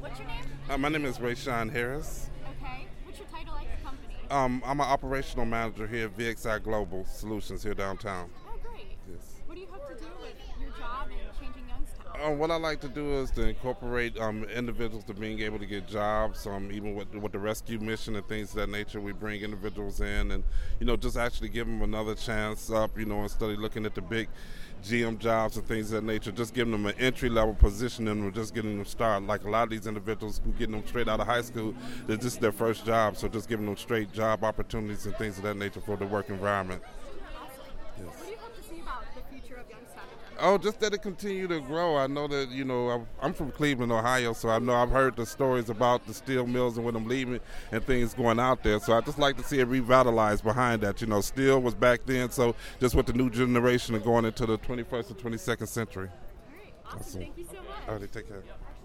What's your name? Uh, my name is Rayshawn Harris. Okay. What's your title at the company? Um, I'm an operational manager here at VXI Global Solutions here downtown. Oh, great. Yes. What do you hope to do with your job and changing Youngstown? Um, what I like to do is to incorporate um, individuals to being able to get jobs. Um, even with, with the rescue mission and things of that nature, we bring individuals in and you know just actually give them another chance up. You know, instead of looking at the big GM jobs and things of that nature, just giving them an entry level position and we're just getting them started. Like a lot of these individuals who getting them straight out of high school, that this is their first job, so just giving them straight job opportunities and things of that nature for the work environment. Awesome. Uh, Yes. What do you hope to see about the future of Youngstown? in general? Oh, just that it continue to grow. I know that you know I'm- I'm from Cleveland, Ohio, so I know I've heard the stories about the steel mills and when I'm leaving and things going out there. So I just like to see it revitalized behind that. You know, steel was back then, so just with the new generation and going into the 21st and 22nd century. All right. Awesome. Awesome. Thank you so much. All right, take care.